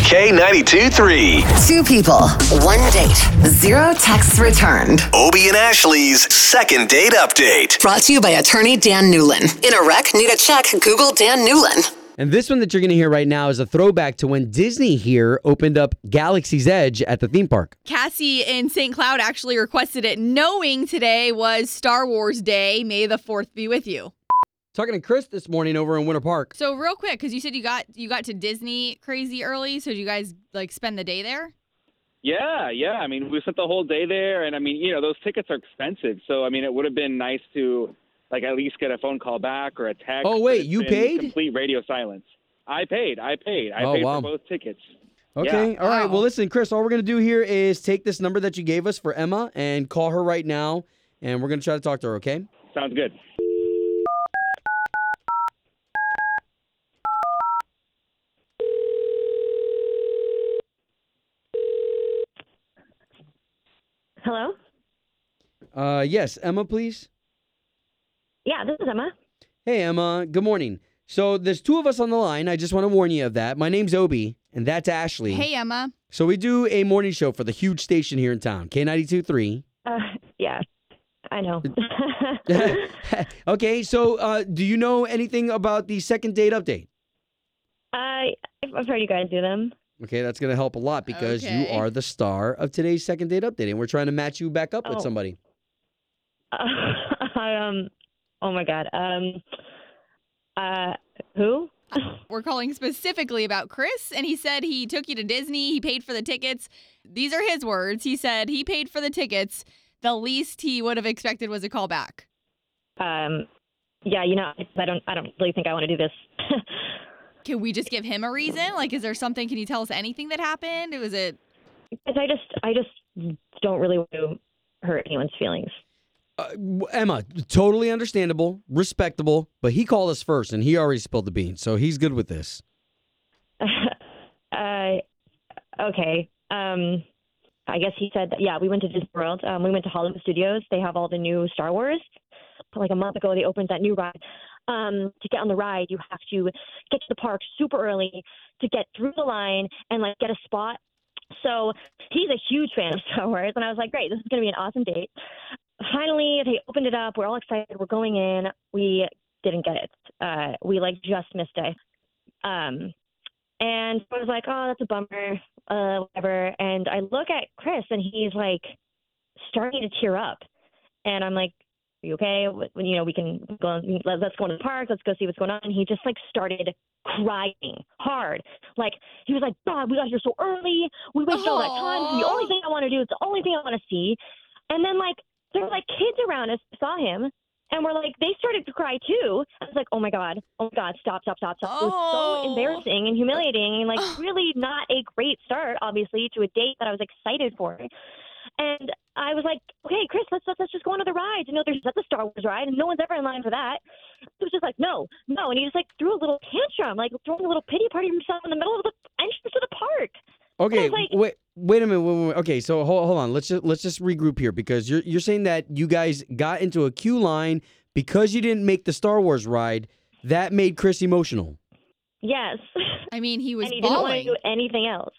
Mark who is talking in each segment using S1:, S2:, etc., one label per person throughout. S1: K92 3.
S2: Two people, one date, zero texts returned.
S1: Obie and Ashley's second date update.
S2: Brought to you by attorney Dan Newlin. In a wreck, need a check, Google Dan Newlin.
S3: And this one that you're going to hear right now is a throwback to when Disney here opened up Galaxy's Edge at the theme park.
S4: Cassie in St. Cloud actually requested it, knowing today was Star Wars Day. May the Fourth be with you.
S3: Talking to Chris this morning over in Winter Park.
S4: So real quick, because you said you got you got to Disney crazy early. So did you guys like spend the day there?
S5: Yeah, yeah. I mean, we spent the whole day there, and I mean, you know, those tickets are expensive. So I mean, it would have been nice to like at least get a phone call back or a text.
S3: Oh,
S5: but
S3: wait,
S5: it's
S3: you
S5: been
S3: paid?
S5: Complete radio silence. I paid. I paid. I
S3: Oh,
S5: paid
S3: wow.
S5: for both tickets.
S3: Okay. All right.
S4: Wow.
S3: Well, listen, Chris, all we're going to do here is take this number that you gave us for Emma and call her right now. And we're going to try to talk to her, okay?
S5: Sounds good.
S6: Hello?
S3: Uh, yes, Emma, please.
S6: Yeah, this is Emma.
S3: Hey, Emma. Good morning. So there's two of us on the line. I just want to warn you of that. My name's Obi, and that's Ashley.
S4: Hey Emma.
S3: So we do a morning show for the huge station here in town, K92.3.
S6: Uh, yeah, I know.
S3: okay, so uh, do you know anything about the second date update?
S6: I, I've heard you guys do them.
S3: Okay, that's going to help a lot because
S4: Okay.
S3: you are the star of today's second date update, and we're trying to match you back up with
S6: Oh.
S3: somebody.
S6: Uh, I, um, oh my God. Um, uh, who?
S4: We're calling specifically about Chris, and he said he took you to Disney. He paid for the tickets. These are his words. He said he paid for the tickets. The least he would have expected was a call back.
S6: Um, yeah, you know, I don't, I don't really think I want to do this.
S4: Can we just give him a reason? Like, is there something? Can you tell us anything that happened? Was it
S6: 'Cause I just, I just don't really want to hurt anyone's feelings.
S3: Uh, w- Emma, totally understandable, respectable, but he called us first, and he already spilled the beans, so he's good with this.
S6: Uh, okay. Um, I guess he said that. Yeah, we went to Disney World. Um, we went to Hollywood Studios. They have all the new Star Wars. Like a month ago, they opened that new ride. Um, to get on the ride, you have to get to the park super early to get through the line and like get a spot. So he's a huge fan of Star Wars, and I was like, great, this is gonna be an awesome date. Finally, they opened it up. We're all excited. We're going in. We didn't get it. Uh, we like just missed it. Um, and I was like, oh, that's a bummer, uh, whatever. And I look at Chris, and he's like starting to tear up. And I'm like, you okay? What- You know, we can go. let- Let's go to the park. Let's go see what's going on. And he just like started crying hard. Like he was like, God, we got here so early. We wasted all that time. It's The only
S4: Aw.
S6: thing I want to do is the only thing I want to see. And then like there were like kids around us saw him. And we're like, they started to cry too. I was like, oh my God, oh my God, stop, stop, stop, stop. It
S4: Oh.
S6: was so embarrassing embarrassing and humiliating and like really not a great start obviously to a date that I was excited for. And I was like, okay, Chris, let's let's, let's just go on to the rides. You know, there's that's a Star Wars ride, and no one's ever in line for that. He was just like, no, no, and he just like threw a little tantrum, like throwing a little pity party to himself in the middle of the entrance to the park.
S3: Okay,
S6: like-
S3: wait, wait a minute. Wait, wait, wait. Okay, so hold, hold on. Let's just let's just regroup here because you're you're saying that you guys got into a queue line because you didn't make the Star Wars ride. That made Chris emotional.
S6: Yes,
S4: I mean, he was
S6: and he didn't want to
S4: bawling.
S6: do anything else.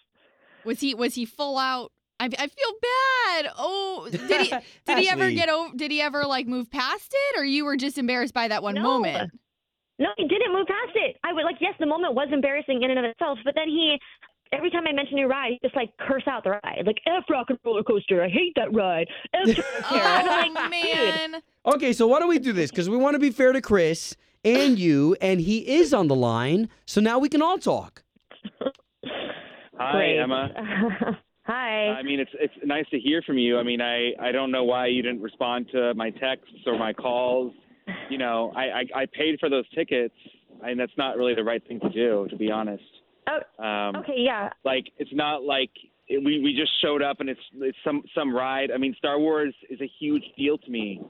S4: Was he was he full out? I, I feel bad. Oh, did he did he ever
S3: Ashley.
S4: get over? Did he ever like move past it, or you were just embarrassed by that one
S6: No.
S4: moment?
S6: No, he didn't move past it. I would like, yes, the moment was embarrassing in and of itself, but then he, every time I mention a new ride, he just like curse out the ride, like F Rock and Roller Coaster. I hate that ride. F Rock
S4: Oh
S6: and Roller Coaster." I'm like, dude,
S4: man,
S3: Okay, so why don't we do this? Because we want to be fair to Chris and you, and he is on the line, so now we can all talk.
S5: Hi,
S6: great.
S5: Emma.
S6: Hi.
S5: I mean, it's it's nice to hear from you. I mean, I I don't know why you didn't respond to my texts or my calls. You know, I I, I paid for those tickets, and that's not really the right thing to do, to be honest.
S6: Oh,
S5: Um,
S6: okay, yeah.
S5: Like it's not like it, we we just showed up and it's it's some some ride. I mean, Star Wars is a huge deal to me,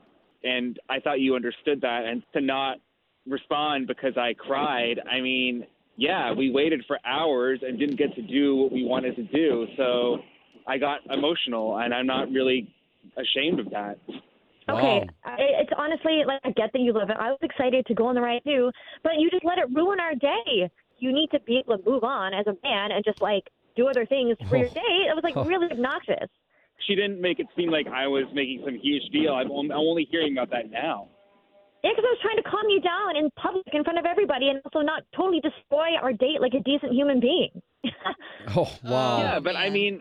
S5: and I thought you understood that. And to not respond because I cried, I mean, yeah, we waited for hours and didn't get to do what we wanted to do. So I got emotional, and I'm not really ashamed of that.
S6: Okay,
S3: Wow.
S6: I it's honestly like I get that you love it. I was excited to go on the ride too, but you just let it ruin our day. You need to be able to move on as a man and just like do other things for your day. It was like really obnoxious.
S5: She didn't make it seem like I was making some huge deal. I'm, on- I'm only hearing about that now.
S6: Yeah, because I was trying to calm you down in public in front of everybody and also not totally destroy our date like a decent human being.
S3: Oh wow.
S5: Yeah, but I
S4: man.
S5: mean,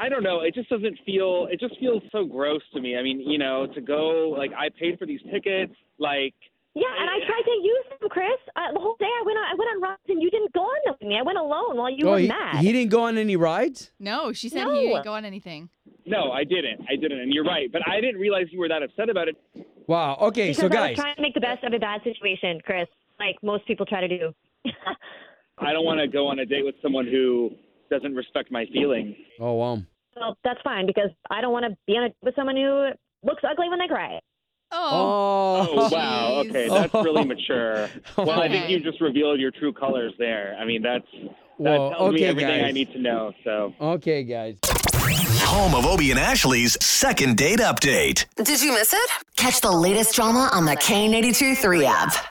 S5: I don't know. It just doesn't feel. It just feels so gross to me. I mean, you know, to go like I paid for these tickets. Like,
S6: Yeah, and I tried to use them, Chris. Uh, the whole day I went on, I went on rides and you didn't go on them with me. I went alone while you
S3: oh,
S6: were
S3: he,
S6: mad.
S3: he didn't go on any rides.
S4: No, she said he
S6: No.
S4: didn't go on anything.
S5: no, I didn't. I didn't. And you're right. But I didn't realize you were that upset about it.
S3: Wow. Okay,
S6: because
S3: so
S6: I was
S3: guys,
S6: trying to make the best of a bad situation, Chris, like most people try to do.
S5: I don't want to go on a date with someone who doesn't respect my feelings.
S3: oh wow.
S6: well, that's fine because I don't want to be on a with someone who looks ugly when they cry.
S4: Oh,
S3: Oh,
S5: Oh wow.
S4: Jeez.
S5: Okay, that's really mature. Well, I think
S4: Okay.
S5: you just revealed your true colors there. I mean, that's that
S3: Well,
S5: tells me
S3: okay,
S5: everything I
S3: guys.
S5: need to know. So.
S3: Okay, guys.
S1: Home of Obie and Ashley's second date update.
S2: Did you miss it? Catch the latest drama on the K82 3 app.